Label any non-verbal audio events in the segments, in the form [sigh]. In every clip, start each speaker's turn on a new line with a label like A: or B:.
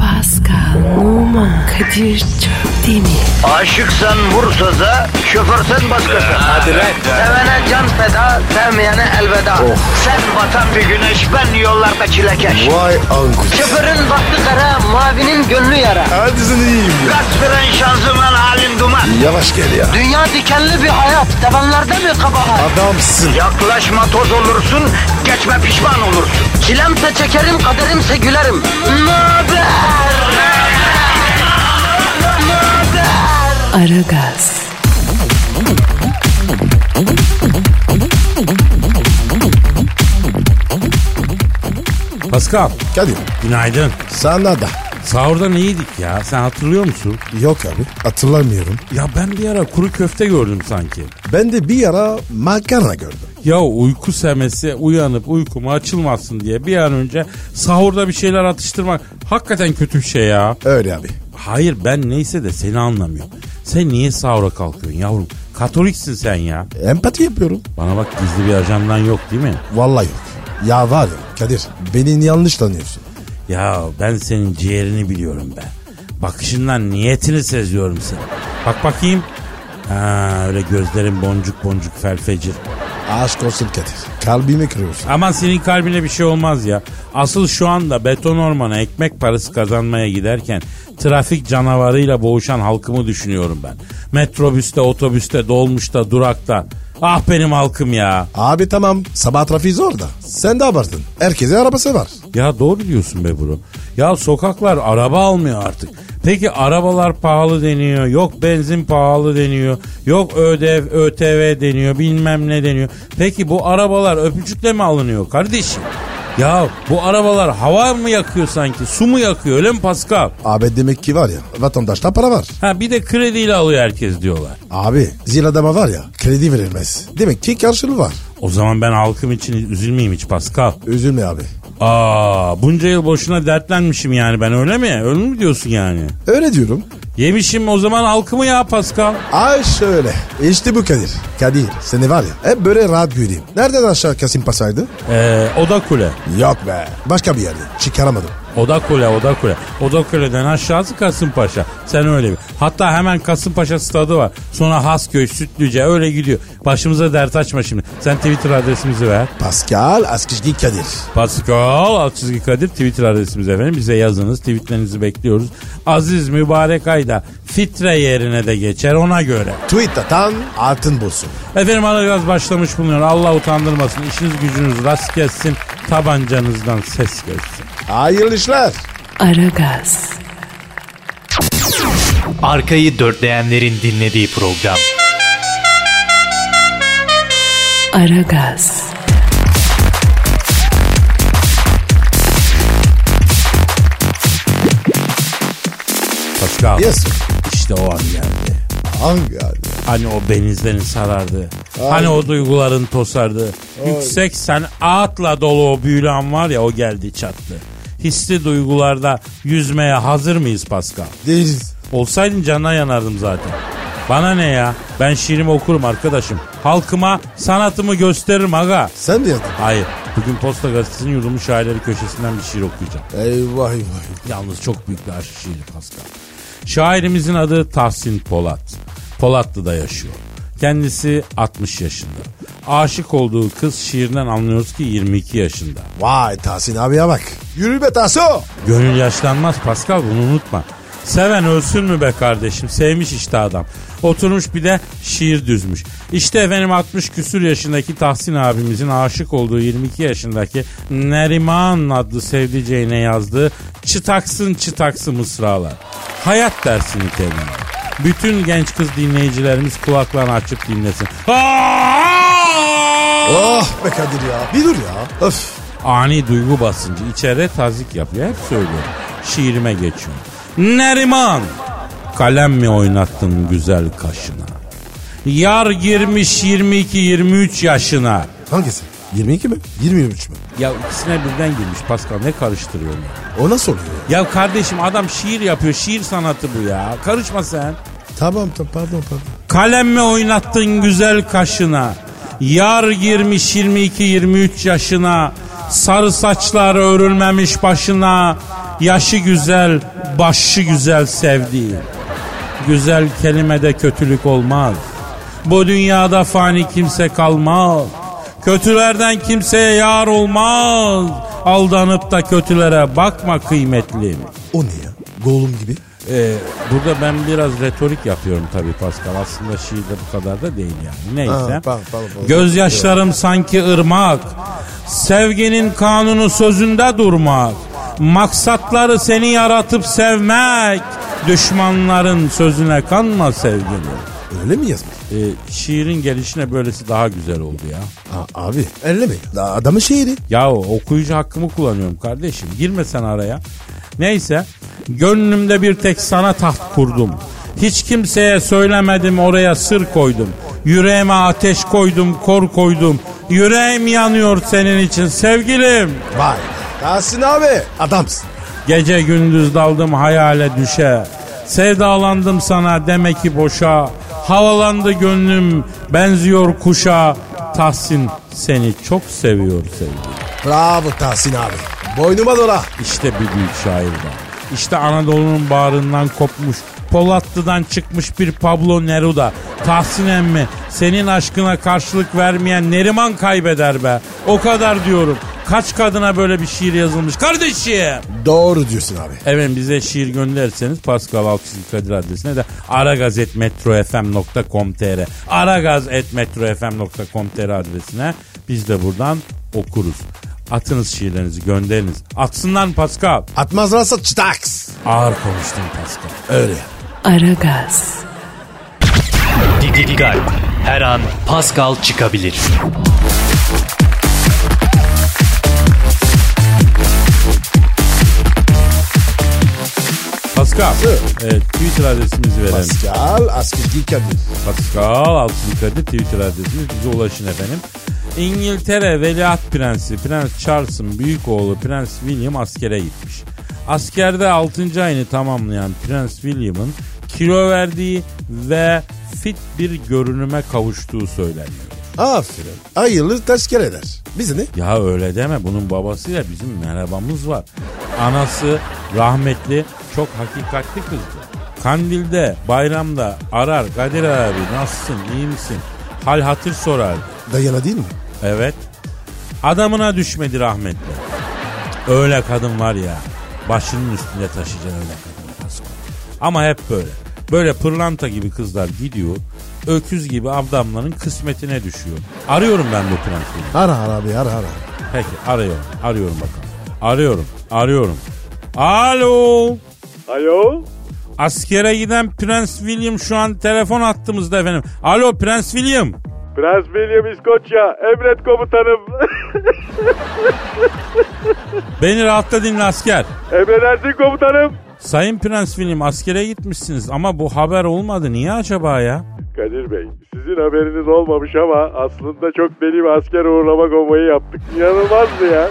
A: Pascal, Oman, Kadir çok değil mi?
B: Aşıksan vursa da şoförsen başkasın.
C: Hadi lan.
B: Sevene can feda, sevmeyene elveda. Sen batan bir güneş, ben yollarda çilekeş.
C: Vay anku.
B: Şoförün baktı kara, mavinin gönlü yara.
C: Hadi sen iyiyim ya.
B: Kasperen şanzıman halin duman.
C: Yavaş gel ya.
B: Dünya dikenli bir hayat, sevenlerde mi kabahar?
C: Adamsın.
B: Yaklaşma toz olursun, geçme pişman olursun. Çilemse çekerim, kaderimse gülerim. Möber!
A: Aragaz,
D: Pascal,
C: Kadir
D: günaydın.
C: sana da.
D: Sahurda ne yedik ya? Sen hatırlıyor musun?
C: Yok abi hatırlamıyorum.
D: Ya ben bir ara kuru köfte gördüm sanki.
C: Ben de bir ara makarna gördüm.
D: Ya uyku semesi uyanıp uykuma açılmasın diye bir an önce sahurda bir şeyler atıştırmak hakikaten kötü bir şey ya.
C: Öyle abi.
D: Hayır ben neyse de seni anlamıyorum. Sen niye sahura kalkıyorsun yavrum? Katoliksin sen ya.
C: Empati yapıyorum.
D: Bana bak gizli bir ajandan yok değil mi?
C: Vallahi yok. Ya var ya Kadir beni yanlış tanıyorsun.
D: Ya ben senin ciğerini biliyorum ben. Bakışından niyetini seziyorum seni. Bak bakayım. Ha öyle gözlerin boncuk boncuk felfecir.
C: Aşk olsun Kadir. Kalbimi kırıyorsun.
D: Aman senin kalbine bir şey olmaz ya. Asıl şu anda beton ormana ekmek parası kazanmaya giderken trafik canavarıyla boğuşan halkımı düşünüyorum ben. Metrobüste, otobüste, dolmuşta, durakta. Ah benim halkım ya.
C: Abi tamam sabah trafiği zor da. Sen de abartın. Herkese arabası var.
D: Ya doğru diyorsun be bro. Ya sokaklar araba almıyor artık. Peki arabalar pahalı deniyor. Yok benzin pahalı deniyor. Yok ödev, ÖTV deniyor. Bilmem ne deniyor. Peki bu arabalar öpücükle mi alınıyor kardeşim? Ya bu arabalar hava mı yakıyor sanki? Su mu yakıyor öyle mi Pascal?
C: Abi demek ki var ya vatandaşta para var.
D: Ha bir de krediyle alıyor herkes diyorlar.
C: Abi zil adama var ya kredi verilmez. Demek ki karşılığı var.
D: O zaman ben halkım için üzülmeyeyim hiç Pascal.
C: Üzülme abi.
D: Aa bunca yıl boşuna dertlenmişim yani ben öyle mi? Öyle mi diyorsun yani?
C: Öyle diyorum.
D: Yemişim o zaman halkımı ya Pascal.
C: Ay şöyle. İşte bu Kadir. Kadir seni var ya hep böyle rahat göreyim. Nereden aşağı kesin pasaydı?
D: Ee, Oda Kule.
C: Yok be. Başka bir yerde. Çıkaramadım.
D: Oda Kule, Oda Kule. Oda Kule'den aşağısı Kasımpaşa. Sen öyle bir. Hatta hemen Kasımpaşa stadı var. Sonra Hasköy, Sütlüce öyle gidiyor. Başımıza dert açma şimdi. Sen Twitter adresimizi ver.
C: Pascal Askizgi Kadir.
D: Pascal alt çizgi Kadir Twitter adresimiz efendim. Bize yazınız. Tweetlerinizi bekliyoruz. Aziz mübarek ayda fitre yerine de geçer ona göre.
C: Tweet atan altın bulsun.
D: Efendim Aragaz başlamış bulunuyor. Allah utandırmasın. İşiniz gücünüz rast gelsin. Tabancanızdan ses gelsin.
C: Hayırlı işler.
A: Aragaz,
E: Arkayı dörtleyenlerin dinlediği program.
A: Aragaz,
D: Pascal.
C: Yes.
D: İşte o an geldi.
C: Hangi abi?
D: Hani o benizlerin sarardı. Hani o duyguların tosardı. Yüksek sen atla dolu o büyülü an var ya o geldi çattı. Hisli duygularda yüzmeye hazır mıyız Pascal?
C: Değiliz.
D: Olsaydın canına yanardım zaten. Bana ne ya? Ben şiirimi okurum arkadaşım. Halkıma sanatımı gösteririm aga.
C: Sen mi yazdın?
D: Hayır. Bugün Posta Gazetesi'nin yurdumu şairleri köşesinden bir şiir okuyacağım.
C: Eyvah eyvah.
D: Yalnız çok büyük bir aşk şiiri Pascal. Şairimizin adı Tahsin Polat. Polatlı'da yaşıyor. Kendisi 60 yaşında. Aşık olduğu kız şiirinden anlıyoruz ki 22 yaşında.
C: Vay Tahsin abiye bak. Yürü be Tahsin.
D: Gönül yaşlanmaz Pascal bunu unutma. Seven ölsün mü be kardeşim? Sevmiş işte adam. Oturmuş bir de şiir düzmüş. İşte efendim 60 küsür yaşındaki Tahsin abimizin aşık olduğu 22 yaşındaki Neriman adlı sevdiceğine yazdığı çıtaksın çıtaksı mısralar. Hayat dersi niteliğinde. Bütün genç kız dinleyicilerimiz kulaklarını açıp dinlesin.
C: Oh be Kadir ya. Bir dur ya. Öf.
D: Ani duygu basıncı içeride tazik yapıyor. Hep söylüyorum. Şiirime geçiyorum. Neriman kalem mi oynattın güzel kaşına? Yar girmiş 22-23 yaşına.
C: Hangisi? 22 mi? 23 mü?
D: Ya ikisine birden girmiş Pascal ne karıştırıyorsun ya?
C: O nasıl oluyor ya?
D: Ya kardeşim adam şiir yapıyor şiir sanatı bu ya. Karışma sen.
C: Tamam tamam pardon pardon.
D: Kalem mi oynattın güzel kaşına? Yar girmiş 22-23 yaşına. Sarı saçlar örülmemiş başına. Yaşı güzel, başı güzel sevdiği. Güzel kelimede kötülük olmaz. Bu dünyada fani kimse kalmaz. Kötülerden kimseye yar olmaz. Aldanıp da kötülere bakma kıymetlim.
C: O ne ya? Gollum gibi.
D: Ee, burada ben biraz retorik yapıyorum tabii Pascal. Aslında şiirde bu kadar da değil yani. Neyse.
C: Ha, pardon, pardon, pardon.
D: Gözyaşlarım sanki ırmak. Sevginin kanunu sözünde durmak. Maksatları seni yaratıp sevmek. Düşmanların sözüne kanma sevgilim.
C: Öyle mi yazmış?
D: Ee, şiirin gelişine böylesi daha güzel oldu ya.
C: Ha, abi elle mi? Daha adamın şehri.
D: Ya okuyucu hakkımı kullanıyorum kardeşim. Girme sen araya. Neyse. Gönlümde bir tek sana taht kurdum. Hiç kimseye söylemedim oraya sır koydum. Yüreğime ateş koydum, kor koydum. Yüreğim yanıyor senin için sevgilim.
C: Vay. Tahsin abi adamsın.
D: Gece gündüz daldım hayale düşe. Sevdalandım sana demek ki boşa. Havalandı gönlüm benziyor kuşa. Tahsin seni çok seviyor sevgilim.
C: Bravo Tahsin abi. Boynuma dola.
D: İşte bir büyük şair var. İşte Anadolu'nun bağrından kopmuş, Polatlı'dan çıkmış bir Pablo Neruda. Tahsin emmi senin aşkına karşılık vermeyen Neriman kaybeder be. O kadar diyorum. Kaç kadına böyle bir şiir yazılmış kardeşim.
C: Doğru diyorsun abi.
D: Evet bize şiir gönderirseniz Pascal Altçızı Kadir adresine de aragazetmetrofm.com.tr aragazetmetrofm.com.tr adresine biz de buradan okuruz. Atınız şiirlerinizi gönderiniz. Atsınlar Pascal.
C: Atmazlarsa çıtaks.
D: Ağır konuştun Pascal.
C: Öyle.
A: Aragaz,
E: Didi Gal. Her an Pascal çıkabilir.
D: Pascal. Evet, Twitter adresimizi verelim.
C: Pascal Askizgi Kadir.
D: Pascal Altçızı Kadir Twitter adresimiz. Bize ulaşın efendim. İngiltere Veliaht Prensi Prens Charles'ın büyük oğlu Prens William askere gitmiş. Askerde 6. ayını tamamlayan Prens William'ın kilo verdiği ve fit bir görünüme kavuştuğu söyleniyor.
C: Aferin. Hayırlı ters kere eder. Bizi ne?
D: Ya öyle deme bunun babasıyla bizim merhabamız var. Anası rahmetli çok hakikatli kızdı. Kandilde bayramda arar Kadir abi nasılsın iyi misin? Hal hatır sorar.
C: Dayana değil mi?
D: Evet. Adamına düşmedi rahmetli. Öyle kadın var ya. Başının üstünde taşıyacaksın öyle kadın. Pasko. Ama hep böyle. Böyle pırlanta gibi kızlar gidiyor. Öküz gibi adamların kısmetine düşüyor. Arıyorum ben bu prensi.
C: Ara ara abi ara ara.
D: Peki arıyorum. Arıyorum bakalım. Arıyorum. Arıyorum. Alo.
F: Alo?
D: Askere giden Prens William şu an telefon attığımızda efendim. Alo Prens William.
F: Prens William İskoçya, emret komutanım.
D: Beni rahatla dinle asker.
F: [laughs] Emredersin komutanım.
D: Sayın Prens William askere gitmişsiniz ama bu haber olmadı. Niye acaba ya?
F: Kadir Bey, sizin haberiniz olmamış ama aslında çok deli bir asker uğurlama konvoyu yaptık. İnanılmazdı ya.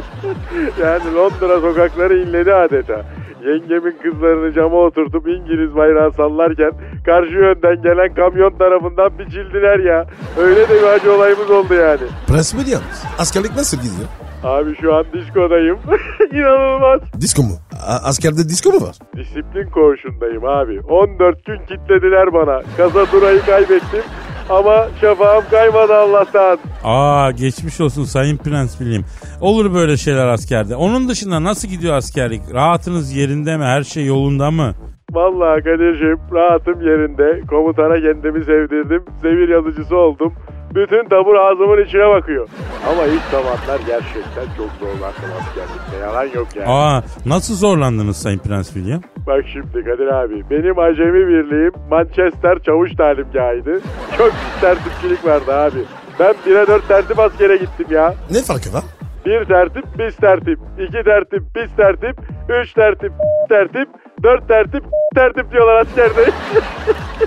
F: [laughs] yani Londra sokakları inledi adeta. Yengemin kızlarını cama oturtup İngiliz bayrağı sallarken karşı yönden gelen kamyon tarafından biçildiler ya. Öyle de bir acı olayımız oldu yani.
C: Prens mi yalnız? Askerlik nasıl gidiyor?
F: Abi şu an diskodayım. [laughs] İnanılmaz.
C: Disko mu? A- askerde disko mu var?
F: Disiplin koğuşundayım abi. 14 gün kitlediler bana. Kaza durayı kaybettim. Ama şafağım kaymadı Allah'tan.
D: Aa geçmiş olsun Sayın Prens William. Olur böyle şeyler askerde. Onun dışında nasıl gidiyor askerlik? Rahatınız yerinde mi? Her şey yolunda mı?
F: Vallahi Kadir'cim rahatım yerinde. Komutana kendimi sevdirdim. Sevir yazıcısı oldum. Bütün tabur ağzımın içine bakıyor. Ama ilk zamanlar gerçekten çok zorlandım askerlikte. Yalan yok yani.
D: Aa nasıl zorlandınız Sayın Prens William?
F: Bak şimdi Kadir abi benim acemi birliğim Manchester çavuş talimgahıydı. Çok bir tertipçilik vardı abi. Ben 1'e 4 tertip askere gittim ya.
C: Ne farkı var?
F: Bir tertip, biz tertip. İki tertip, biz tertip. Üç tertip, tertip. Dört tertip, tertip diyorlar askerde. [laughs]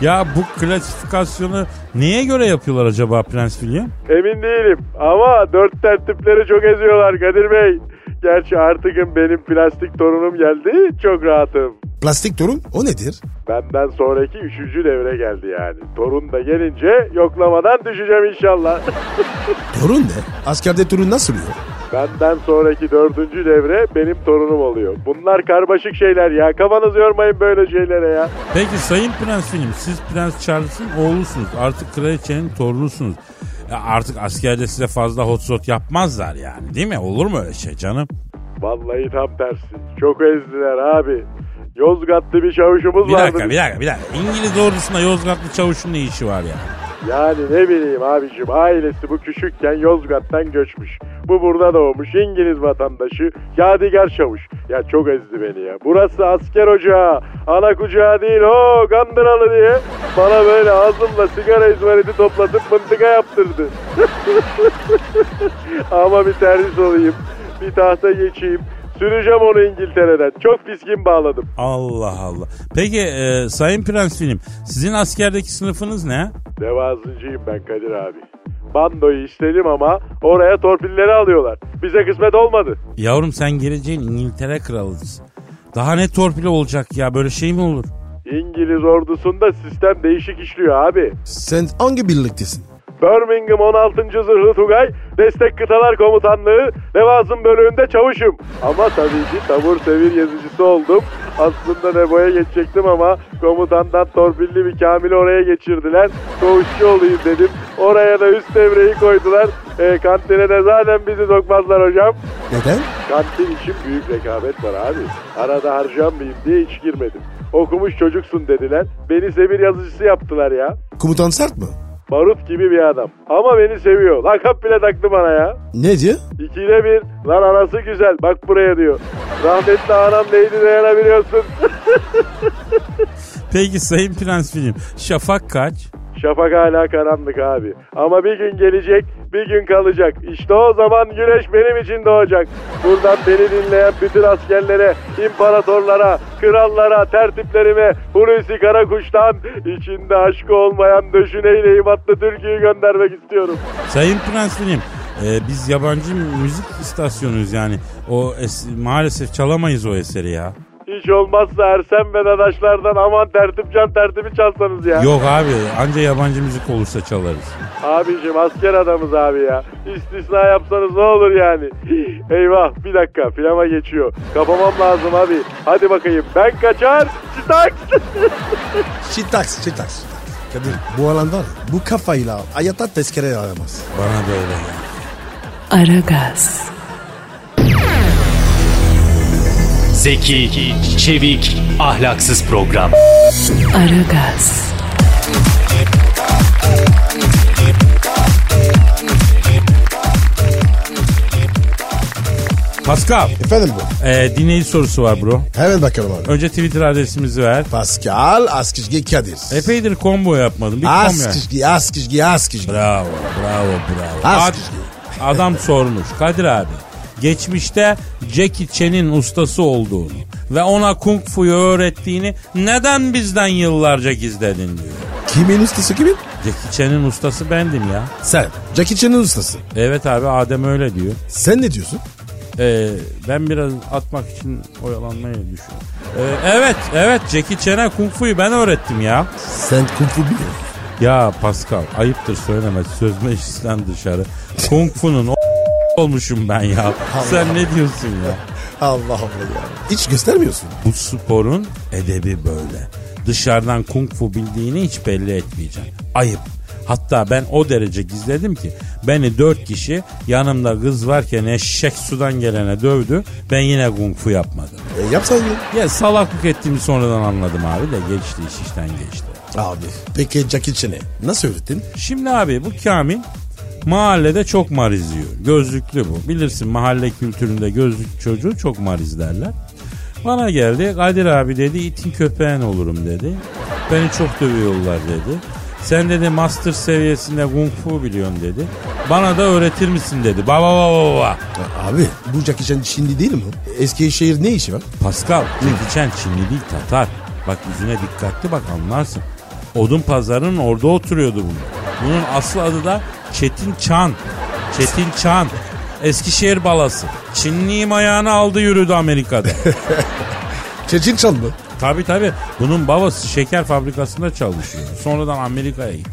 D: Ya bu klasifikasyonu neye göre yapıyorlar acaba Prens William?
F: Emin değilim ama dört tertipleri çok eziyorlar Kadir Bey. Gerçi artıkın benim plastik torunum geldi, çok rahatım.
C: Plastik torun o nedir?
F: Benden sonraki üçüncü devre geldi yani. Torun da gelince yoklamadan düşeceğim inşallah. [laughs]
C: Torun ne? Askerde torun nasıl oluyor?
F: Benden sonraki dördüncü devre benim torunum oluyor. Bunlar karmaşık şeyler ya. Kafanızı yormayın böyle şeylere ya.
D: Peki Sayın Prens William, siz Prens Charles'ın oğlusunuz. Artık kraliçenin torunusunuz. Ya artık askerde size fazla hot shot yapmazlar yani değil mi? Olur mu öyle şey canım?
F: Vallahi tam tersi. Çok ezdiler abi. Yozgatlı bir çavuşumuz
D: Bir
F: vardı.
D: dakika bir dakika bir dakika. İngiliz ordusunda Yozgatlı çavuşun ne işi var ya?
F: Yani ne bileyim abicim ailesi bu küçükken Yozgat'tan göçmüş. Bu burada doğmuş İngiliz vatandaşı Yadigar Çavuş. Ya çok ezdi beni ya. Burası asker ocağı. Ana kucağı değil o kandıralı diye. Bana böyle ağzımla sigara izmariti toplatıp mıntıka yaptırdı. [laughs] Ama bir servis olayım. Bir tahta geçeyim. Süreceğim onu İngiltere'den. Çok piskin bağladım.
D: Allah Allah. Peki e, Sayın Prens William, sizin askerdeki sınıfınız ne?
F: Devazıncıyım ben Kadir abi. Bandoyu istedim ama oraya torpilleri alıyorlar. Bize kısmet olmadı.
D: Yavrum sen geleceğin İngiltere kralısın. Daha ne torpili olacak ya böyle şey mi olur?
F: İngiliz ordusunda sistem değişik işliyor abi.
C: Sen hangi birliktesin?
F: Birmingham 16. Zırhlı Tugay, Destek Kıtalar Komutanlığı, Levazım bölüğünde çavuşum. Ama tabii ki tabur sevir yazıcısı oldum. Aslında Nebo'ya geçecektim ama komutandan torpilli bir Kamil'i oraya geçirdiler. Koğuşçu olayım dedim. Oraya da üst devreyi koydular. E, kantine de zaten bizi sokmazlar hocam.
C: Neden?
F: Kantin için büyük rekabet var abi. Arada harcanmayayım diye hiç girmedim. Okumuş çocuksun dediler. Beni sevir yazıcısı yaptılar ya.
C: Komutan sert mi?
F: Barut gibi bir adam. Ama beni seviyor. Lakap bile taktı bana ya.
C: Ne diyor?
F: İkide bir. Lan anası güzel. Bak buraya diyor. Rahmetli anam neydi dayanabiliyorsun.
D: Peki Sayın Prens William, şafak kaç?
F: Şafak hala karanlık abi. Ama bir gün gelecek, bir gün kalacak. İşte o zaman güneş benim için doğacak. Buradan beni dinleyen bütün askerlere, imparatorlara, krallara, tertiplerime, Hulusi Karakuş'tan içinde aşkı olmayan döşüneyle imatlı Türkiye'yi göndermek istiyorum.
D: Sayın Prens William, e, biz yabancı müzik istasyonuyuz yani. O es- maalesef çalamayız o eseri ya.
F: Hiç olmazsa Ersen ve Dadaşlardan aman tertip can tertibi çalsanız ya.
D: Yok abi anca yabancı müzik olursa çalarız.
F: Abicim asker adamız abi ya. İstisna yapsanız ne olur yani. Eyvah bir dakika filama geçiyor. Kapamam lazım abi. Hadi bakayım ben kaçar. Çıtak.
C: Şitaks, şitaks. Kadir bu alan var ya, bu kafayla hayata tezkere aramaz.
D: Bana da öyle ya.
A: Aragaz,
E: Zeki, çevik, ahlaksız program.
A: Aragaz,
D: Pascal,
C: Efendim bu.
D: e, dinleyici sorusu var bro.
C: Hemen bakalım abi.
D: Önce Twitter adresimizi ver.
C: Pascal Askizgi Kadir.
D: Epeydir combo yapmadım. Bir combo yap.
C: Askizgi, Askizgi, Askizgi.
D: Bravo, bravo, bravo.
C: Az kişi.
D: adam sormuş. Kadir abi, geçmişte Jackie Chan'in ustası olduğunu ve ona kung fu'yu öğrettiğini neden bizden yıllarca gizledin diyor.
C: Kimin ustası kimin?
D: Jackie Chan'in ustası bendim ya.
C: Sen. Jackie Chan'ın ustası.
D: Evet abi Adem öyle diyor.
C: Sen ne diyorsun?
D: Ee, ben biraz atmak için oyalanmayı düşünüyorum. Ee, evet, evet Jackie Chan'e kung fu'yu ben öğrettim ya.
C: Sen kung fu biliyorsun.
D: Ya Pascal ayıptır söylemez söz meclisten dışarı. Kung Fu'nun o olmuşum ben ya. Sen ne diyorsun ya?
C: Allah Allah ya. Hiç göstermiyorsun.
D: Bu sporun edebi böyle. Dışarıdan kung fu bildiğini hiç belli etmeyeceksin. Ayıp. Hatta ben o derece gizledim ki beni dört kişi yanımda kız varken eşek sudan gelene dövdü. Ben yine kung fu yapmadım.
C: E, yapsaydın.
D: Ya salaklık ettiğimi sonradan anladım abi de geçti iş işten geçti.
C: Abi. Peki Jackie Chan'e nasıl öğrettin?
D: Şimdi abi bu Kamil mahallede çok mariz yiyor. Gözlüklü bu. Bilirsin mahalle kültüründe gözlük çocuğu çok mariz derler. Bana geldi Kadir abi dedi itin köpeğin olurum dedi. Beni çok dövüyorlar dedi. Sen dedi master seviyesinde kung fu biliyorsun dedi. Bana da öğretir misin dedi. Baba baba baba.
C: A- Abi bu Jackie Chan şimdi değil mi? Eskişehir ne işi var?
D: Pascal, Jackie Chan Çinli değil Tatar. Bak yüzüne dikkatli bak anlarsın. Odun pazarının orada oturuyordu bunun. Bunun aslı adı da Çetin Çan. Çetin Çan. Eskişehir balası. Çinliyim ayağını aldı yürüdü Amerika'da.
C: Çeçin Çan mı?
D: Tabi tabi. Bunun babası şeker fabrikasında çalışıyor. Sonradan Amerika'ya gitti.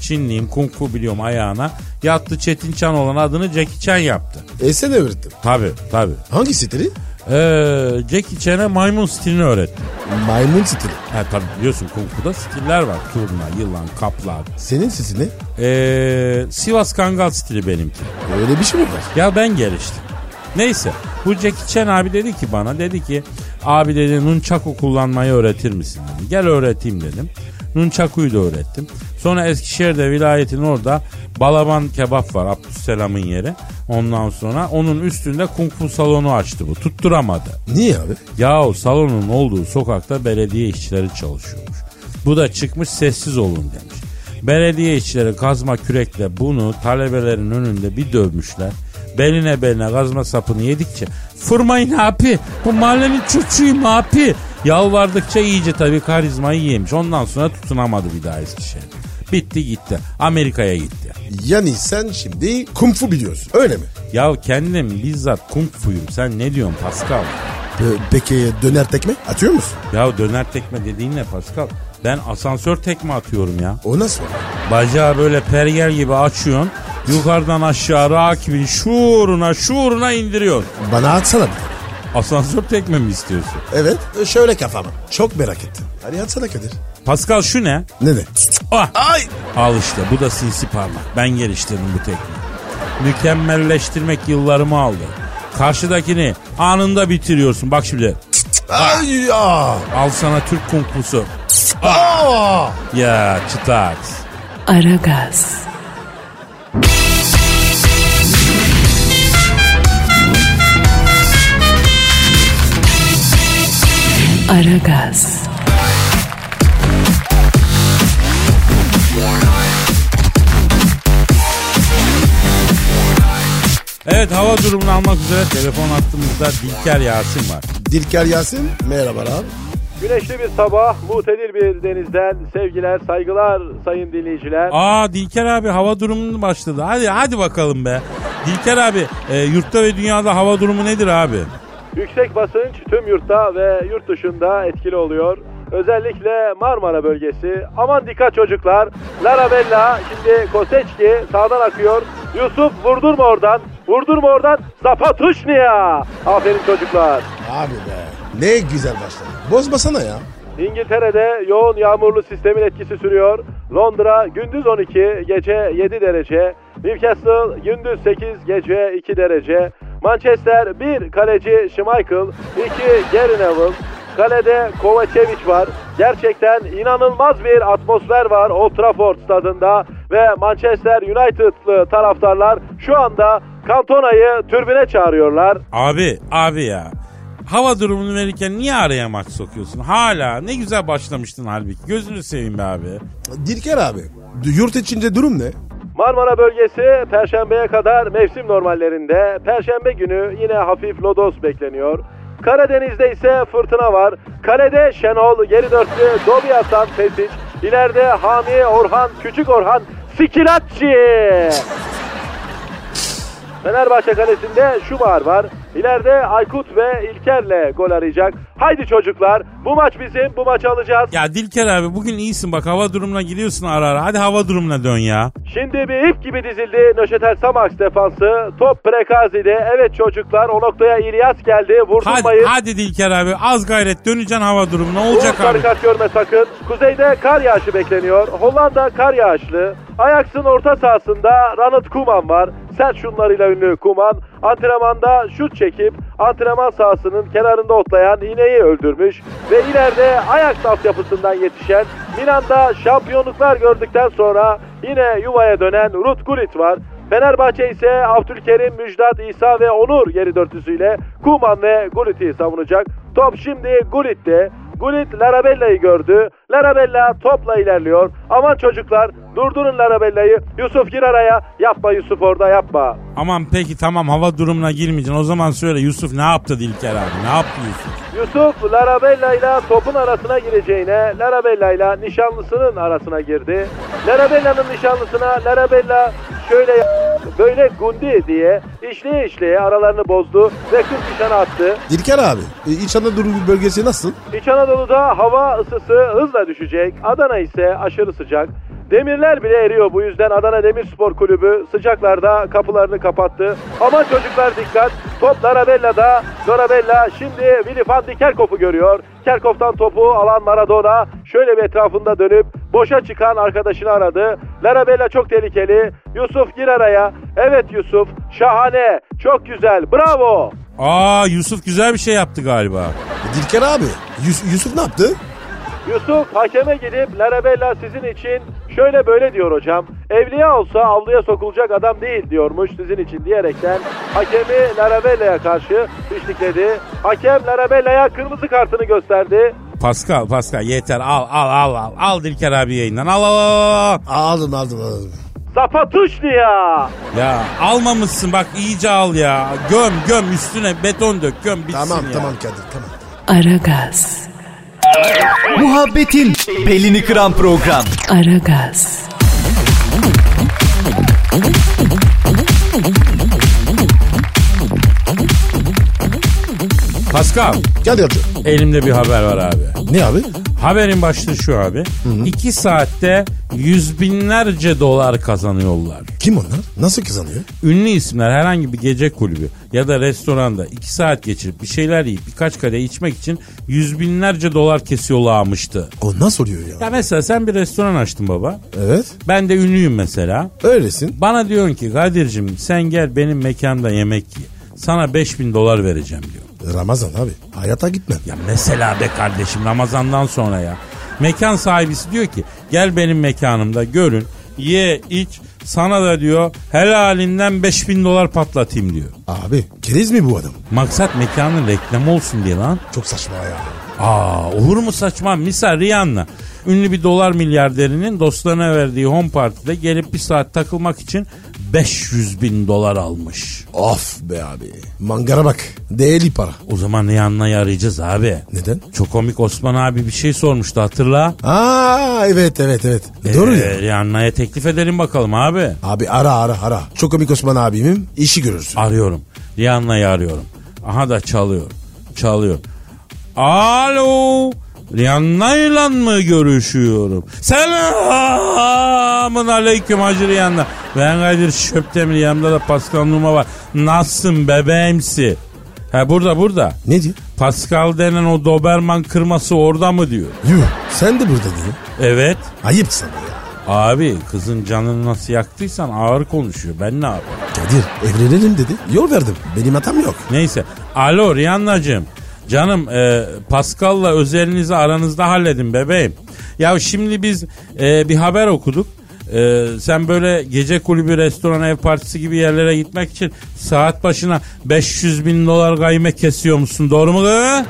D: Çinliyim, kung fu biliyorum ayağına. Yattı Çetin Çan olan adını Jackie Chan yaptı.
C: Ese E, de öğrettim.
D: Tabi tabi.
C: Hangi stili?
D: Ee, Jackie Chan'e maymun stilini öğretti.
C: Maymun stili.
D: Ha tabi biliyorsun kung fu'da stiller var. Turna, yılan, kaplan.
C: Senin stili ne?
D: Ee, Sivas Kangal stili benimki.
C: Öyle bir şey mi var?
D: Ya ben geliştim. Neyse bu Jackie Chan abi dedi ki bana dedi ki abi dedi nunchaku kullanmayı öğretir misin dedi. Gel öğreteyim dedim. Nunchaku'yu da öğrettim. Sonra Eskişehir'de vilayetin orada Balaban Kebap var Abdüsselam'ın yeri. Ondan sonra onun üstünde kung fu salonu açtı bu. Tutturamadı.
C: Niye abi?
D: Yahu salonun olduğu sokakta belediye işçileri çalışıyormuş. Bu da çıkmış sessiz olun demiş. Belediye işçileri kazma kürekle bunu talebelerin önünde bir dövmüşler. Beline beline kazma sapını yedikçe fırmayın abi bu mahallenin çocuğuyum abi. Yalvardıkça iyice tabii karizmayı yemiş. Ondan sonra tutunamadı bir daha Eskişehir. Bitti gitti. Amerika'ya gitti.
C: Yani sen şimdi kung fu biliyorsun. Öyle mi?
D: Ya kendim bizzat kung fuyum. Sen ne diyorsun Pascal?
C: Pe- Ee, Peki döner tekme atıyor musun?
D: Ya döner tekme dediğin ne Pascal? Ben asansör tekme atıyorum ya.
C: O nasıl?
D: Bacağı böyle pergel gibi açıyorsun. Yukarıdan aşağı rakibin şuuruna şuuruna indiriyorsun.
C: Bana atsana bir tane.
D: Asansör tekme mi istiyorsun?
C: Evet. e, Şöyle kafama. Çok merak ettim. Hadi atsana Kadir.
D: Pascal şu ne?
C: Ne ne?
D: Ah!
C: Ay!
D: Al işte bu da sinsi parmak. Ben geliştirdim bu tekniği. Mükemmelleştirmek yıllarımı aldı. Karşıdakini anında bitiriyorsun. Bak şimdi
C: Ay ya!
D: al sana Türk kung fusu.
C: Aa!
D: Ya çıtak.
A: Aragaz, Aragaz,
D: Evet hava durumunu almak üzere telefon attığımızda Dilker Yasin var.
C: Dilker Yasin merhaba abi.
F: Güneşli bir sabah, muhtedir bir denizden sevgiler, saygılar sayın dinleyiciler.
D: Aa Dilker abi hava durumu başladı. Hadi hadi bakalım be. Dilker abi e, yurtta ve dünyada hava durumu nedir abi?
F: Yüksek basınç tüm yurtta ve yurt dışında etkili oluyor. Özellikle Marmara bölgesi. Aman dikkat çocuklar. Larabella şimdi Koseçki sağdan akıyor. Yusuf vurdurma oradan. Vurdurma oradan. Zapatuşnia. Aferin çocuklar.
C: Abi be. Ne güzel başladı. Bozmasana ya.
F: İngiltere'de yoğun yağmurlu sistemin etkisi sürüyor. Londra gündüz 12, gece 7 derece. Newcastle gündüz 8, gece 2 derece. Manchester 1 kaleci Schmeichel, 2 Gary Neville. Kalede Kovacevic var. Gerçekten inanılmaz bir atmosfer var Old Trafford stadında ve Manchester United'lı taraftarlar şu anda Kantona'yı türbüne çağırıyorlar.
D: Abi abi ya. Hava durumunu verirken niye araya maç sokuyorsun? Hala ne güzel başlamıştın halbuki. Gözünü seveyim be abi.
C: Dilker abi. Yurt içinde durum ne?
F: Marmara bölgesi perşembeye kadar mevsim normallerinde. Perşembe günü yine hafif lodos bekleniyor. Karadeniz'de ise fırtına var. Kalede Şenol, geri dörtlü Dobi Hasan Pesic, ileride Hami Orhan, Küçük Orhan, Sikilatçı. Fenerbahçe kalesinde Şumar var. İleride Aykut ve İlker'le gol arayacak. Haydi çocuklar bu maç bizim bu maçı alacağız.
D: Ya Dilker abi bugün iyisin bak hava durumuna giriyorsun ara ara. Hadi hava durumuna dön ya.
F: Şimdi bir ip gibi dizildi Nöşetel Samax defansı. Top Prekazi'de. Evet çocuklar o noktaya İlyas geldi.
D: Hadi,
F: Vurdurmayın.
D: hadi Dilker abi az gayret döneceksin hava durumuna olacak
F: Vur
D: abi.
F: tarikat görme sakın. Kuzeyde kar yağışı bekleniyor. Hollanda kar yağışlı. Ajax'ın orta sahasında Ronald Koeman var. Sert şunlarıyla ünlü Koeman. Antrenmanda şut çekip antrenman sahasının kenarında otlayan ineği öldürmüş. Ve ileride Ajax altyapısından yetişen Milan'da şampiyonluklar gördükten sonra yine yuvaya dönen Ruth Gullit var. Fenerbahçe ise Abdülkerim, Müjdat, İsa ve Onur geri dörtlüsüyle Kuman ve Gullit'i savunacak. Top şimdi Gullit'te. Gullit Larabella'yı gördü. Larabella topla ilerliyor. Aman çocuklar durdurun Larabella'yı. Yusuf gir araya. Yapma Yusuf orada yapma.
D: Aman peki tamam hava durumuna girmeyeceksin. O zaman söyle Yusuf ne yaptı Dilker abi ne yaptı Yusuf?
F: Yusuf Larabella ile topun arasına gireceğine Larabella ile nişanlısının arasına girdi. Larabella'nın nişanlısına Larabella şöyle y- böyle gundi diye işleye işleye aralarını bozdu ve 40 nişana attı.
C: İlker abi e, İç Anadolu bölgesi nasıl?
F: İç Anadolu'da hava ısısı hızla düşecek. Adana ise aşırı sıcak. Demirler bile eriyor bu yüzden Adana Demirspor Kulübü sıcaklarda kapılarını kapattı. Ama çocuklar dikkat. Top Larabella'da. Larabella şimdi Willy van de Kerkhoff'u görüyor. Kerkhoff'tan topu alan Maradona şöyle bir etrafında dönüp boşa çıkan arkadaşını aradı. Larabella çok tehlikeli. Yusuf gir araya. Evet Yusuf şahane. Çok güzel. Bravo.
D: Aa Yusuf güzel bir şey yaptı galiba.
C: E, İlker abi Yus- Yusuf ne yaptı?
F: Yusuf hakeme gidip Larabella sizin için şöyle böyle diyor hocam. Evliya olsa avluya sokulacak adam değil diyormuş sizin için diyerekten hakemi Larabella'ya karşı fişlikledi. Hakem Larabella'ya kırmızı kartını gösterdi.
D: Pascal Pascal yeter al al al al. Al Dilker abi yayından al al al. al.
C: Aldım aldım aldım.
F: Zapatuşnia!
D: Ya almamışsın bak iyice al ya. Göm göm üstüne beton dök göm bitsin
C: Tamam
D: ya.
C: tamam Kadir tamam.
A: Aragaz,
E: Muhabbetin belini kıran program.
A: Aragaz,
D: Pascal
C: Kadir amca.
D: elimde bir haber var abi.
C: Ne abi?
D: Haberin başlığı şu abi. İki saatte yüz binlerce dolar kazanıyorlar.
C: Kim onlar? Nasıl kazanıyor?
D: Ünlü isimler herhangi bir gece kulübü ya da restoranda iki saat geçirip bir şeyler yiyip birkaç kadeh içmek için yüz binlerce dolar kesiyorlarmıştı.
C: O nasıl oluyor ya?
D: Ya mesela sen bir restoran açtın baba.
C: Evet.
D: Ben de ünlüyüm mesela.
C: Öylesin.
D: Bana diyorsun ki Kadir'cim sen gel benim mekanda yemek ye. Sana 5000 dolar vereceğim diyor.
C: Ramazan abi. Hayata gitmem.
D: Ya mesela be kardeşim Ramazan'dan sonra ya. Mekan sahibisi diyor ki gel benim mekanımda görün ye iç sana da diyor helalinden 5000 dolar patlatayım diyor.
C: Abi keriz mi bu adam?
D: Maksat mekanın reklamı olsun diye lan.
C: Çok saçma ya.
D: Aa olur mu saçma? Misal Rihanna. Ünlü bir dolar milyarderinin dostlarına verdiği home partide gelip bir saat takılmak için 500 bin dolar almış.
C: Of be abi. Mangara bak. Değerli para.
D: O zaman Rihanna'yı arayacağız abi.
C: Neden?
D: Çok komik Osman abi bir şey sormuştu hatırla.
C: Aa evet evet evet. Doğru ya.
D: Ee, Rihanna'ya teklif edelim bakalım abi.
C: Abi ara ara ara. Çok komik Osman abimim. İşi görürsün.
D: Arıyorum. Rihanna'yı arıyorum. Aha da çalıyor. Çalıyor. Alo. Rihanna'yla mı görüşüyorum? Selamun aleyküm Hacı Rihanna. Ben Kadir Şöptemir yanımda da Pascal Numa var. Nasılsın bebeğimsi? Ha burada burada.
C: Ne diyor?
D: Pascal denen o Doberman kırması orada mı diyor.
C: Yuh. Sen de burada diyor.
D: Evet.
C: Ayıp sana ya.
D: Abi kızın canını nasıl yaktıysan ağır konuşuyor. Ben ne yapayım?
C: Kadir evlenelim dedi. Yol verdim. Benim hatam yok.
D: Neyse. Alo Rihanna'cığım. Canım e, Pascal'la özelinizi aranızda halledin bebeğim. Ya şimdi biz e, bir haber okuduk. E, sen böyle gece kulübü, restoran, ev partisi gibi yerlere gitmek için saat başına 500 bin dolar gayme kesiyor musun? Doğru mu kız?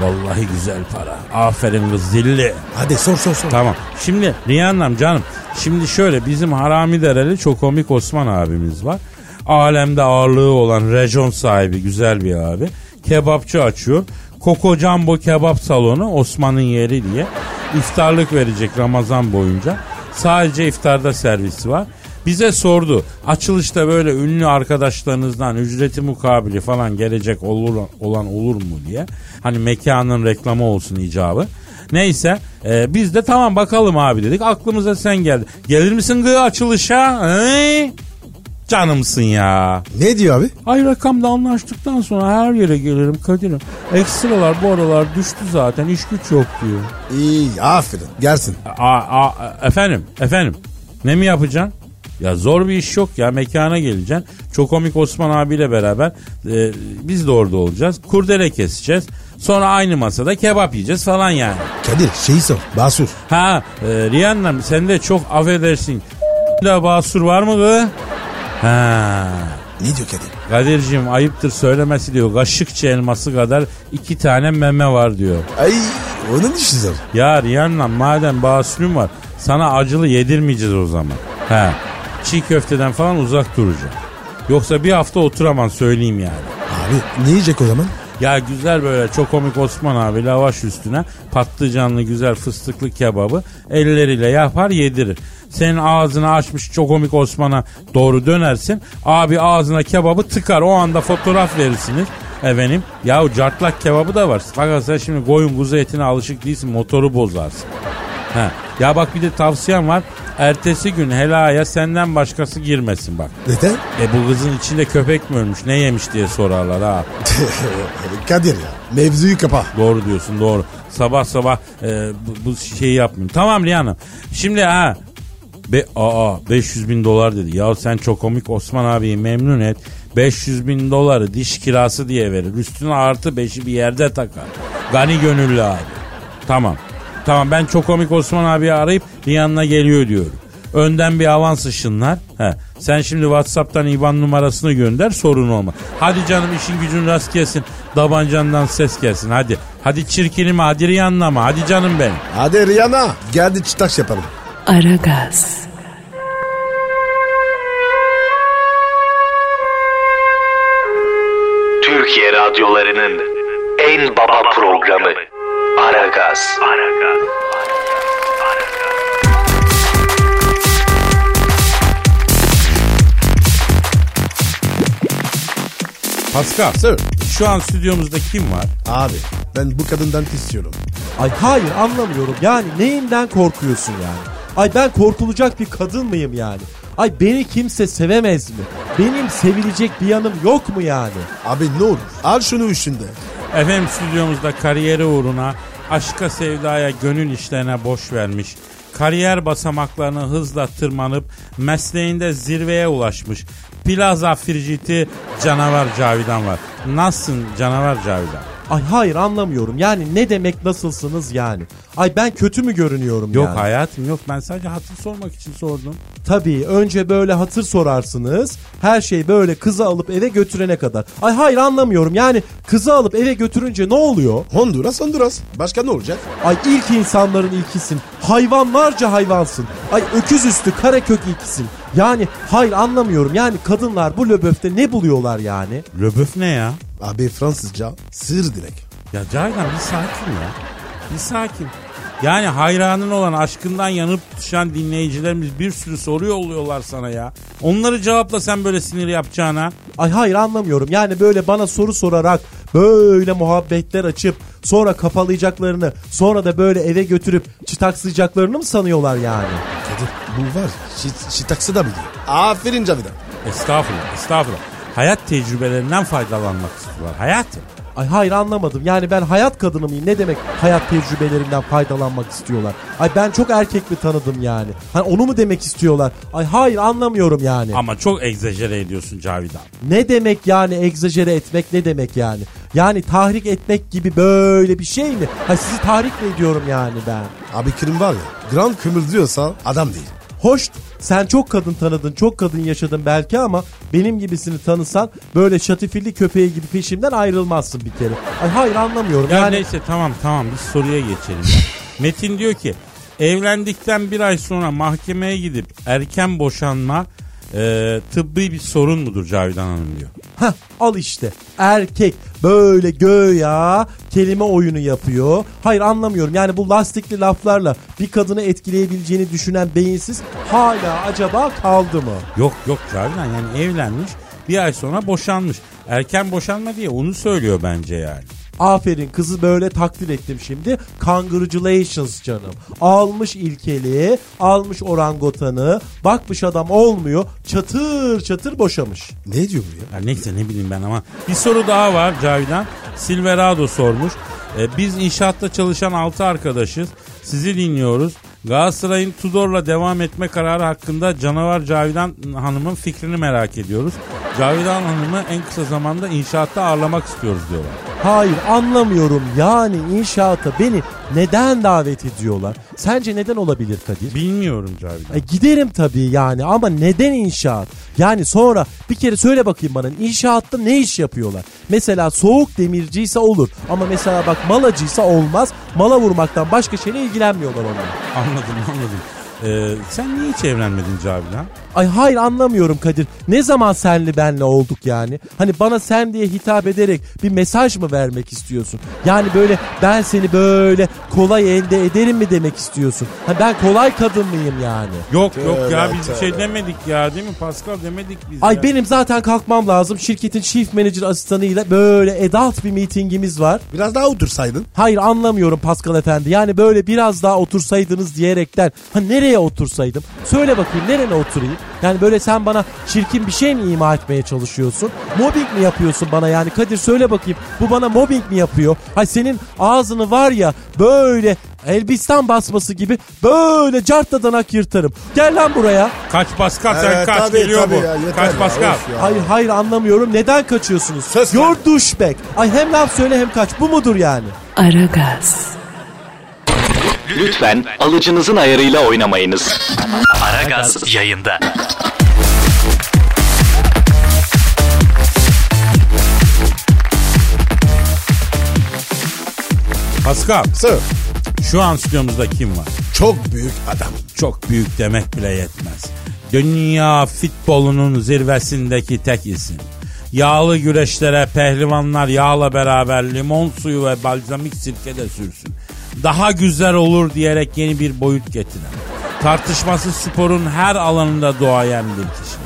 D: Vallahi güzel para. Aferin kız zilli.
C: Hadi sor sor sor.
D: Tamam. Şimdi Rihanna'm canım. Şimdi şöyle bizim harami dereli çok komik Osman abimiz var. Alemde ağırlığı olan rejon sahibi güzel bir abi. Kebapçı açıyor. Koko Jumbo Kebap Salonu Osman'ın yeri diye. İftarlık verecek Ramazan boyunca. Sadece iftarda servisi var. Bize sordu. Açılışta böyle ünlü arkadaşlarınızdan ücreti mukabili falan gelecek olur, olan olur mu diye. Hani mekanın reklamı olsun icabı. Neyse e, biz de tamam bakalım abi dedik. Aklımıza sen geldi. Gelir misin gı açılışa? Hey? Canımsın ya.
C: Ne diyor abi?
D: Ay rakamda anlaştıktan sonra her yere gelirim Kadir'im. Ekstralar bu aralar düştü zaten iş güç yok diyor.
C: İyi aferin. Gelsin.
D: Aa, aa, efendim, efendim. Ne mi yapacaksın? Ya zor bir iş yok ya mekana geleceksin. Çok komik Osman abiyle beraber e, biz de orada olacağız. Kurdele keseceğiz. Sonra aynı masada kebap yiyeceğiz falan yani.
C: Kadir şeyi sor. Basur.
D: Ha e, Rihanna'm sen de çok affedersin. Da basur var mı kız? Ha.
C: Ne diyor Kadir?
D: Kadir'cim ayıptır söylemesi diyor. Kaşıkçı elması kadar iki tane meme var diyor.
C: Ay onu düşünsene.
D: Ya Rihanna madem basurun var sana acılı yedirmeyeceğiz o zaman. He. Çiğ köfteden falan uzak duracaksın. Yoksa bir hafta oturamam söyleyeyim yani.
C: Abi ne yiyecek o zaman?
D: Ya güzel böyle çok komik Osman abi lavaş üstüne patlıcanlı güzel fıstıklı kebabı elleriyle yapar yedirir. Senin ağzını açmış çok komik Osman'a doğru dönersin. Abi ağzına kebabı tıkar. O anda fotoğraf verirsiniz. Efendim yahu cartlak kebabı da var. Fakat sen şimdi koyun kuzu etine alışık değilsin. Motoru bozarsın. Ha. Ya bak bir de tavsiyem var. Ertesi gün helaya senden başkası girmesin bak.
C: Neden?
D: E bu kızın içinde köpek mi ölmüş ne yemiş diye sorarlar ha.
C: Kadir ya mevzuyu kapa.
D: Doğru diyorsun doğru. Sabah sabah e, bu, bu şeyi yapmayayım. Tamam Rihanna. Şimdi ha. Be, aa 500 bin dolar dedi. Ya sen çok komik Osman abiyi memnun et. 500 bin doları diş kirası diye verir. Üstüne artı beşi bir yerde takar. Gani gönüllü abi. Tamam. Tamam ben çok komik Osman abiyi arayıp Rihanna geliyor diyorum. Önden bir avans ışınlar. He. Sen şimdi Whatsapp'tan IBAN numarasını gönder sorun olma. Hadi canım işin gücün rast gelsin. Dabancandan ses gelsin hadi. Hadi çirkinime hadi Rihanna'ma hadi canım benim.
C: Hadi Rihanna geldi çıtaş yapalım.
A: Aragaz,
G: Türkiye radyolarının en baba programı Aragaz.
D: Pascal
C: Sir.
D: şu an stüdyomuzda kim var?
C: Abi ben bu kadından istiyorum.
F: Ay hayır anlamıyorum. Yani neyinden korkuyorsun yani? Ay ben korkulacak bir kadın mıyım yani? Ay beni kimse sevemez mi? Benim sevilecek bir yanım yok mu yani?
C: Abi ne olur al şunu üstünde.
D: Efendim stüdyomuzda kariyeri uğruna, aşka sevdaya, gönül işlerine boş vermiş. Kariyer basamaklarını hızla tırmanıp mesleğinde zirveye ulaşmış. Plaza Frijiti Canavar Cavidan var. Nasılsın Canavar Cavidan?
F: Ay hayır anlamıyorum. Yani ne demek nasılsınız yani? Ay ben kötü mü görünüyorum
D: Yok
F: yani?
D: hayatım yok ben sadece hatır sormak için sordum.
F: Tabii önce böyle hatır sorarsınız. Her şey böyle kızı alıp eve götürene kadar. Ay hayır anlamıyorum. Yani kızı alıp eve götürünce ne oluyor?
C: Honduras Honduras. Başka ne olacak?
F: Ay ilk insanların ilkisin. Hayvanlarca hayvansın. Ay öküz üstü karakök ilkisin. Yani hayır anlamıyorum. Yani kadınlar bu löböfte ne buluyorlar yani?
D: Löböf ne ya?
C: Abi Fransızca sır direkt.
D: Ya Cavidan bir sakin ya. Bir sakin. Yani hayranın olan aşkından yanıp tutuşan dinleyicilerimiz bir sürü soru yolluyorlar sana ya. Onları cevapla sen böyle sinir yapacağına.
F: Ay hayır anlamıyorum. Yani böyle bana soru sorarak böyle muhabbetler açıp sonra kapalayacaklarını sonra da böyle eve götürüp çıtakslayacaklarını mı sanıyorlar yani?
C: Kadir bu var. Şi, şitaksı da biliyor. Aferin Cavidan.
D: Estağfurullah, estağfurullah. Hayat tecrübelerinden faydalanmak istiyorlar. Hayat.
F: Ay hayır anlamadım. Yani ben hayat kadını mıyım? Ne demek hayat tecrübelerinden faydalanmak istiyorlar? Ay ben çok erkek mi tanıdım yani? Hani onu mu demek istiyorlar? Ay hayır anlamıyorum yani.
D: Ama çok egzajere ediyorsun Cavidan.
F: Ne demek yani egzajere etmek ne demek yani? Yani tahrik etmek gibi böyle bir şey mi? Ha sizi tahrik mi ediyorum yani ben?
C: Abi kırım var ya. Grand kımır diyorsa adam değil.
F: Hoş sen çok kadın tanıdın, çok kadın yaşadın belki ama benim gibisini tanısan böyle şatifilli köpeği gibi peşimden ayrılmazsın bir kere. Ay hayır anlamıyorum.
D: Ya
F: yani
D: neyse tamam tamam biz soruya geçelim. ya. Metin diyor ki evlendikten bir ay sonra mahkemeye gidip erken boşanma e, tıbbi bir sorun mudur Cavidan Hanım diyor.
F: Hah al işte erkek böyle göya kelime oyunu yapıyor. Hayır anlamıyorum yani bu lastikli laflarla bir kadını etkileyebileceğini düşünen beyinsiz hala acaba kaldı mı?
D: Yok yok Cavidan yani evlenmiş bir ay sonra boşanmış. Erken boşanma diye onu söylüyor bence yani.
F: Aferin kızı böyle takdir ettim şimdi. Congratulations canım. Almış ilkeli, almış orangotanı, bakmış adam olmuyor. Çatır çatır boşamış.
C: Ne diyor bu ya?
D: Ya neyse ne bileyim ben ama. Bir soru daha var Cavidan. Silverado sormuş. E, biz inşaatta çalışan 6 arkadaşız. Sizi dinliyoruz. Galatasaray'ın Tudor'la devam etme kararı hakkında Canavar Cavidan Hanım'ın fikrini merak ediyoruz. Cavidan Hanım'ı en kısa zamanda inşaatta ağırlamak istiyoruz diyorlar.
F: Hayır anlamıyorum yani inşaata beni neden davet ediyorlar? Sence neden olabilir Kadir?
D: Bilmiyorum Cavidan.
F: E giderim tabii yani ama neden inşaat? Yani sonra bir kere söyle bakayım bana inşaatta ne iş yapıyorlar? Mesela soğuk demirciyse olur ama mesela bak malacıysa olmaz. Mala vurmaktan başka şeyle ilgilenmiyorlar onlar.
D: Anladım anladım. Ee, sen niye hiç evlenmedin Cavidan?
F: Ay hayır anlamıyorum Kadir. Ne zaman senli benle olduk yani? Hani bana sen diye hitap ederek bir mesaj mı vermek istiyorsun? Yani böyle ben seni böyle kolay elde ederim mi demek istiyorsun? Ha ben kolay kadın mıyım yani?
D: Yok yok ya
C: Tövbe,
D: biz bir şey demedik ya değil mi Pascal demedik biz
F: Ay
D: ya.
F: benim zaten kalkmam lazım. Şirketin chief manager asistanıyla böyle adult bir meetingimiz var.
C: Biraz daha otursaydın.
F: Hayır anlamıyorum Pascal efendi. Yani böyle biraz daha otursaydınız diyerekten. Ha nereye otursaydım? Söyle bakayım nereye oturayım? Yani böyle sen bana çirkin bir şey mi ima etmeye çalışıyorsun? Mobbing mi yapıyorsun bana yani? Kadir söyle bakayım. Bu bana mobbing mi yapıyor? Hay senin ağzını var ya böyle Elbistan basması gibi böyle cartladan ak yırtarım. Gel lan buraya.
D: Kaç Pascal sen
C: Evet,
D: kaç
C: tabii,
D: geliyor
C: tabii
D: bu.
C: ya, yeter
D: kaç
C: ya,
D: Pascal.
C: of ya.
F: Hayır hayır anlamıyorum. Neden kaçıyorsunuz?
C: Söz ver.
F: Your douchebag. Ay hem laf söyle hem kaç. Bu mudur yani?
A: Aragaz,
B: Lütfen alıcınızın ayarıyla oynamayınız. Aragaz yayında.
D: Pascal
C: Sir,
D: şu an stüdyomuzda kim var?
C: Çok büyük adam.
D: Çok büyük demek bile yetmez. Dünya futbolunun zirvesindeki tek isim. Yağlı güreşlere pehlivanlar yağla beraber limon suyu ve balzamik sirke de sürsün. Daha güzel olur diyerek yeni bir boyut getiren. Tartışması sporun her alanında doğayan bir kişi.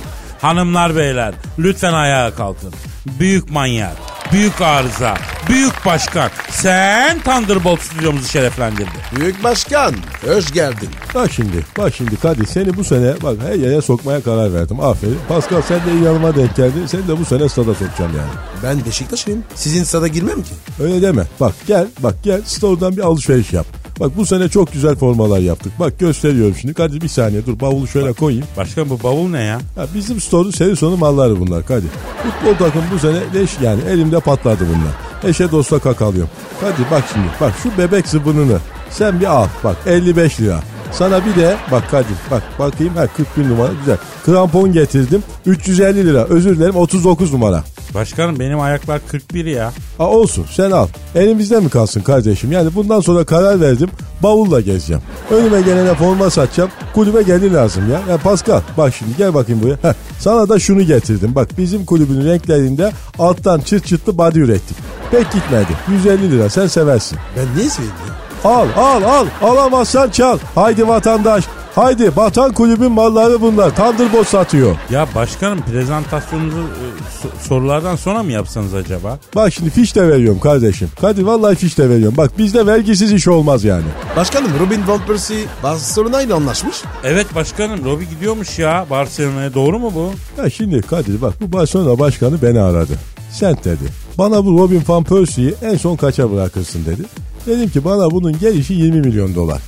D: Hanımlar beyler lütfen ayağa kalkın. Büyük manyak, büyük arıza, büyük başkan. Sen Thunderbolt stüdyomuzu şereflendirdin.
C: Büyük başkan. Hoş geldin.
H: Bak şimdi, bak şimdi Kadir seni bu sene bak her yere sokmaya karar verdim. Aferin. Pascal sen de iyi yanıma denk geldin. Seni de bu sene stada sokacağım yani.
C: Ben Beşiktaşlıyım. Sizin sada girmem ki.
H: Öyle deme. Bak gel, bak gel store'dan bir alışveriş yap. Bak bu sene çok güzel formalar yaptık. Bak gösteriyorum şimdi. Kadir bir saniye dur bavulu şöyle koyayım.
D: Başkan bu bavul ne ya?
H: Ya bizim store'un seri sonu malları bunlar Kadir. Futbol takım bu sene leş yani elimde patladı bunlar. Eşe dosta kakalıyorum. Kadir bak şimdi bak şu bebek zıbınını sen bir al bak 55 lira. Sana bir de bak Kadir bak bakayım ha 41 numara güzel. Krampon getirdim 350 lira özür dilerim 39 numara.
D: Başkanım benim ayaklar 41 ya.
H: Ha olsun sen al. Elimizde mi kalsın kardeşim? Yani bundan sonra karar verdim. Bavulla gezeceğim. Önüme gelene forma satacağım. Kulübe gelir lazım ya. Ya Pascal bak şimdi gel bakayım buraya. Heh, sana da şunu getirdim. Bak bizim kulübün renklerinde alttan çıt çıtlı body ürettik. Pek gitmedi. 150 lira sen seversin.
C: Ben niye seveyim ya?
H: Al al al. Alamazsan çal. Haydi vatandaş. Haydi Batan kulübün malları bunlar. Thunderbolt satıyor.
D: Ya başkanım prezentasyonunuzu e, so- sorulardan sonra mı yapsanız acaba?
H: Bak şimdi fiş de veriyorum kardeşim. Kadir vallahi fiş de veriyorum. Bak bizde vergisiz iş olmaz yani.
C: Başkanım Robin Van Persie Barcelona ile anlaşmış.
D: Evet başkanım Robi gidiyormuş ya Barcelona'ya doğru mu bu?
H: Ya şimdi Kadir bak bu Barcelona başkanı beni aradı. Sen dedi. Bana bu Robin Van Persie'yi en son kaça bırakırsın dedi. Dedim ki bana bunun gelişi 20 milyon dolar.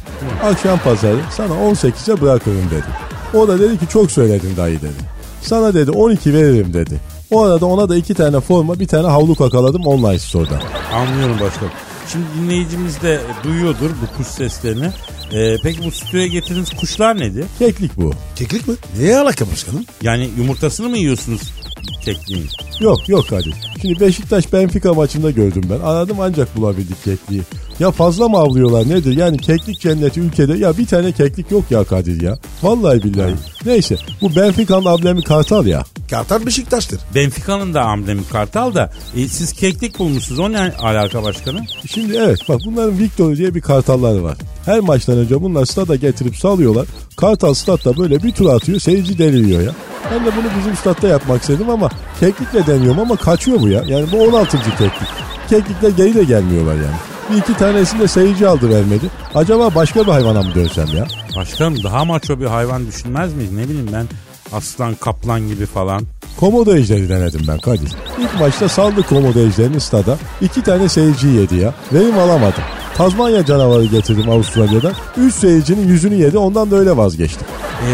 H: Akşam pazarı sana 18'e bırakırım dedi. O da dedi ki çok söyledin dayı dedi. Sana dedi 12 veririm dedi. O arada ona da iki tane forma bir tane havlu kakaladım online store'dan.
D: Anlıyorum başkanım. Şimdi dinleyicimiz de duyuyordur bu kuş seslerini. E, peki bu stüdyoya getirdiğiniz kuşlar nedir?
H: Keklik bu.
C: Keklik mi? Neye alaka başkanım?
D: Yani yumurtasını mı yiyorsunuz kekliğin?
H: Yok yok Kadir. Şimdi Beşiktaş Benfica maçında gördüm ben. Aradım ancak bulabildik kekliği. Ya fazla mı avlıyorlar nedir? Yani keklik cenneti ülkede ya bir tane keklik yok ya Kadir ya. Vallahi billahi. Neyse bu Benfica'nın ablemi Kartal ya.
C: Kartal Beşiktaş'tır.
D: Benfica'nın da amblemi kartal da e, siz keklik bulmuşsunuz. O ne alaka başkanım?
H: Şimdi evet bak bunların Victor diye bir kartalları var. Her maçtan önce bunlar stada getirip salıyorlar. Kartal statta böyle bir tur atıyor seyirci deliriyor ya. Ben de bunu bizim statta yapmak istedim ama keklikle deniyorum ama kaçıyor bu ya. Yani bu 16. keklik. Keklikler geri de gelmiyorlar yani. Bir iki tanesini de seyirci aldı vermedi. Acaba başka bir hayvana mı dönsem ya?
D: Başkanım daha maço bir hayvan düşünmez miyiz? Ne bileyim ben aslan kaplan gibi falan.
H: Komodo ejderi denedim ben Kadir. İlk maçta saldı komodo ejderini stada. iki tane seyirci yedi ya. Verim alamadım. Tazmanya canavarı getirdim Avustralya'dan. Üç seyircinin yüzünü yedi ondan da öyle vazgeçtim.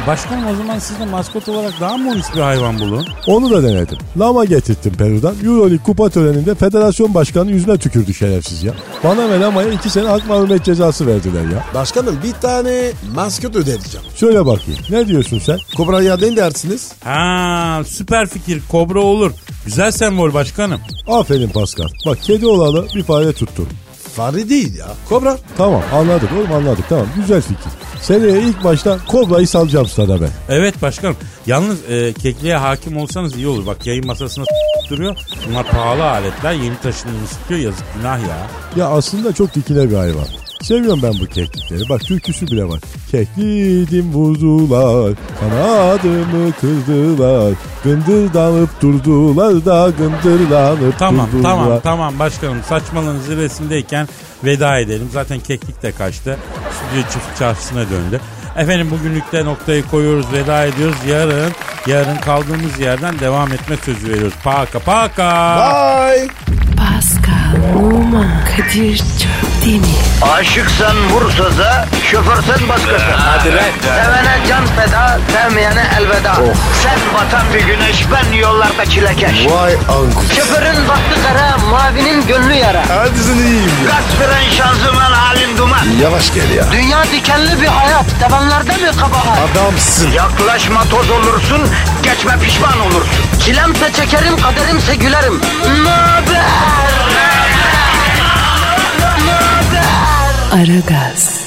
D: E, başkanım o zaman siz de maskot olarak daha mı bir hayvan bulun?
H: Onu da denedim. Lama getirttim Peru'dan. Euroleague kupa töreninde federasyon başkanı yüzüne tükürdü şerefsiz ya. Bana ve Lama'ya iki sene hak mahrumet cezası verdiler ya.
C: Başkanım bir tane maskot ödeyeceğim.
H: Şöyle bakayım. Ne diyorsun sen?
C: Kobra'ya ne dersiniz?
D: Ha süper fikir kobra olur. Güzel sembol başkanım.
H: Aferin Pascal. Bak kedi olalı bir fare tuttum.
C: Fare değil ya. Kobra.
H: Tamam anladık oğlum anladık tamam güzel fikir. Seneye ilk başta kobrayı salacağım stada ben.
D: Evet başkanım. Yalnız e, kekliğe hakim olsanız iyi olur. Bak yayın masasına s- duruyor. Bunlar pahalı aletler. Yeni taşınımı istiyor. Yazık günah ya.
H: Ya aslında çok dikine bir hayvan. Seviyorum ben bu keklikleri. Bak türküsü bile var. Kekliydim vurdular, kanadımı kırdılar. Gındırdanıp durdular da gındırlanıp
D: Tamam
H: durdular.
D: tamam tamam başkanım. Saçmalığın zirvesindeyken veda edelim. Zaten keklik de kaçtı. Stüdyo çift çarşısına döndü. Efendim bugünlük de noktayı koyuyoruz. Veda ediyoruz. Yarın yarın kaldığımız yerden devam etme sözü veriyoruz. Paka paka.
C: Bye.
A: Pascal, Oman, Kadir çok değil mi?
B: Aşıksan vursa da, şoförsen başkasın. Hadi
I: lan.
B: Sevene can feda, sevmeyene elveda. Sen batan bir güneş, ben yollarda çilekeş.
C: Vay anku.
B: Şoförün baktı kara, mavinin gönlü yara.
C: Hadi sen iyiyim ya.
B: Kasperen şanzıman halin duman.
C: Yavaş gel ya.
B: Dünya dikenli bir hayat, sevenlerde mi kabahar?
C: Adamsın.
B: Yaklaşma toz olursun, geçme pişman olursun. Çilemse çekerim, kaderimse gülerim. Möber!
A: Aragaz.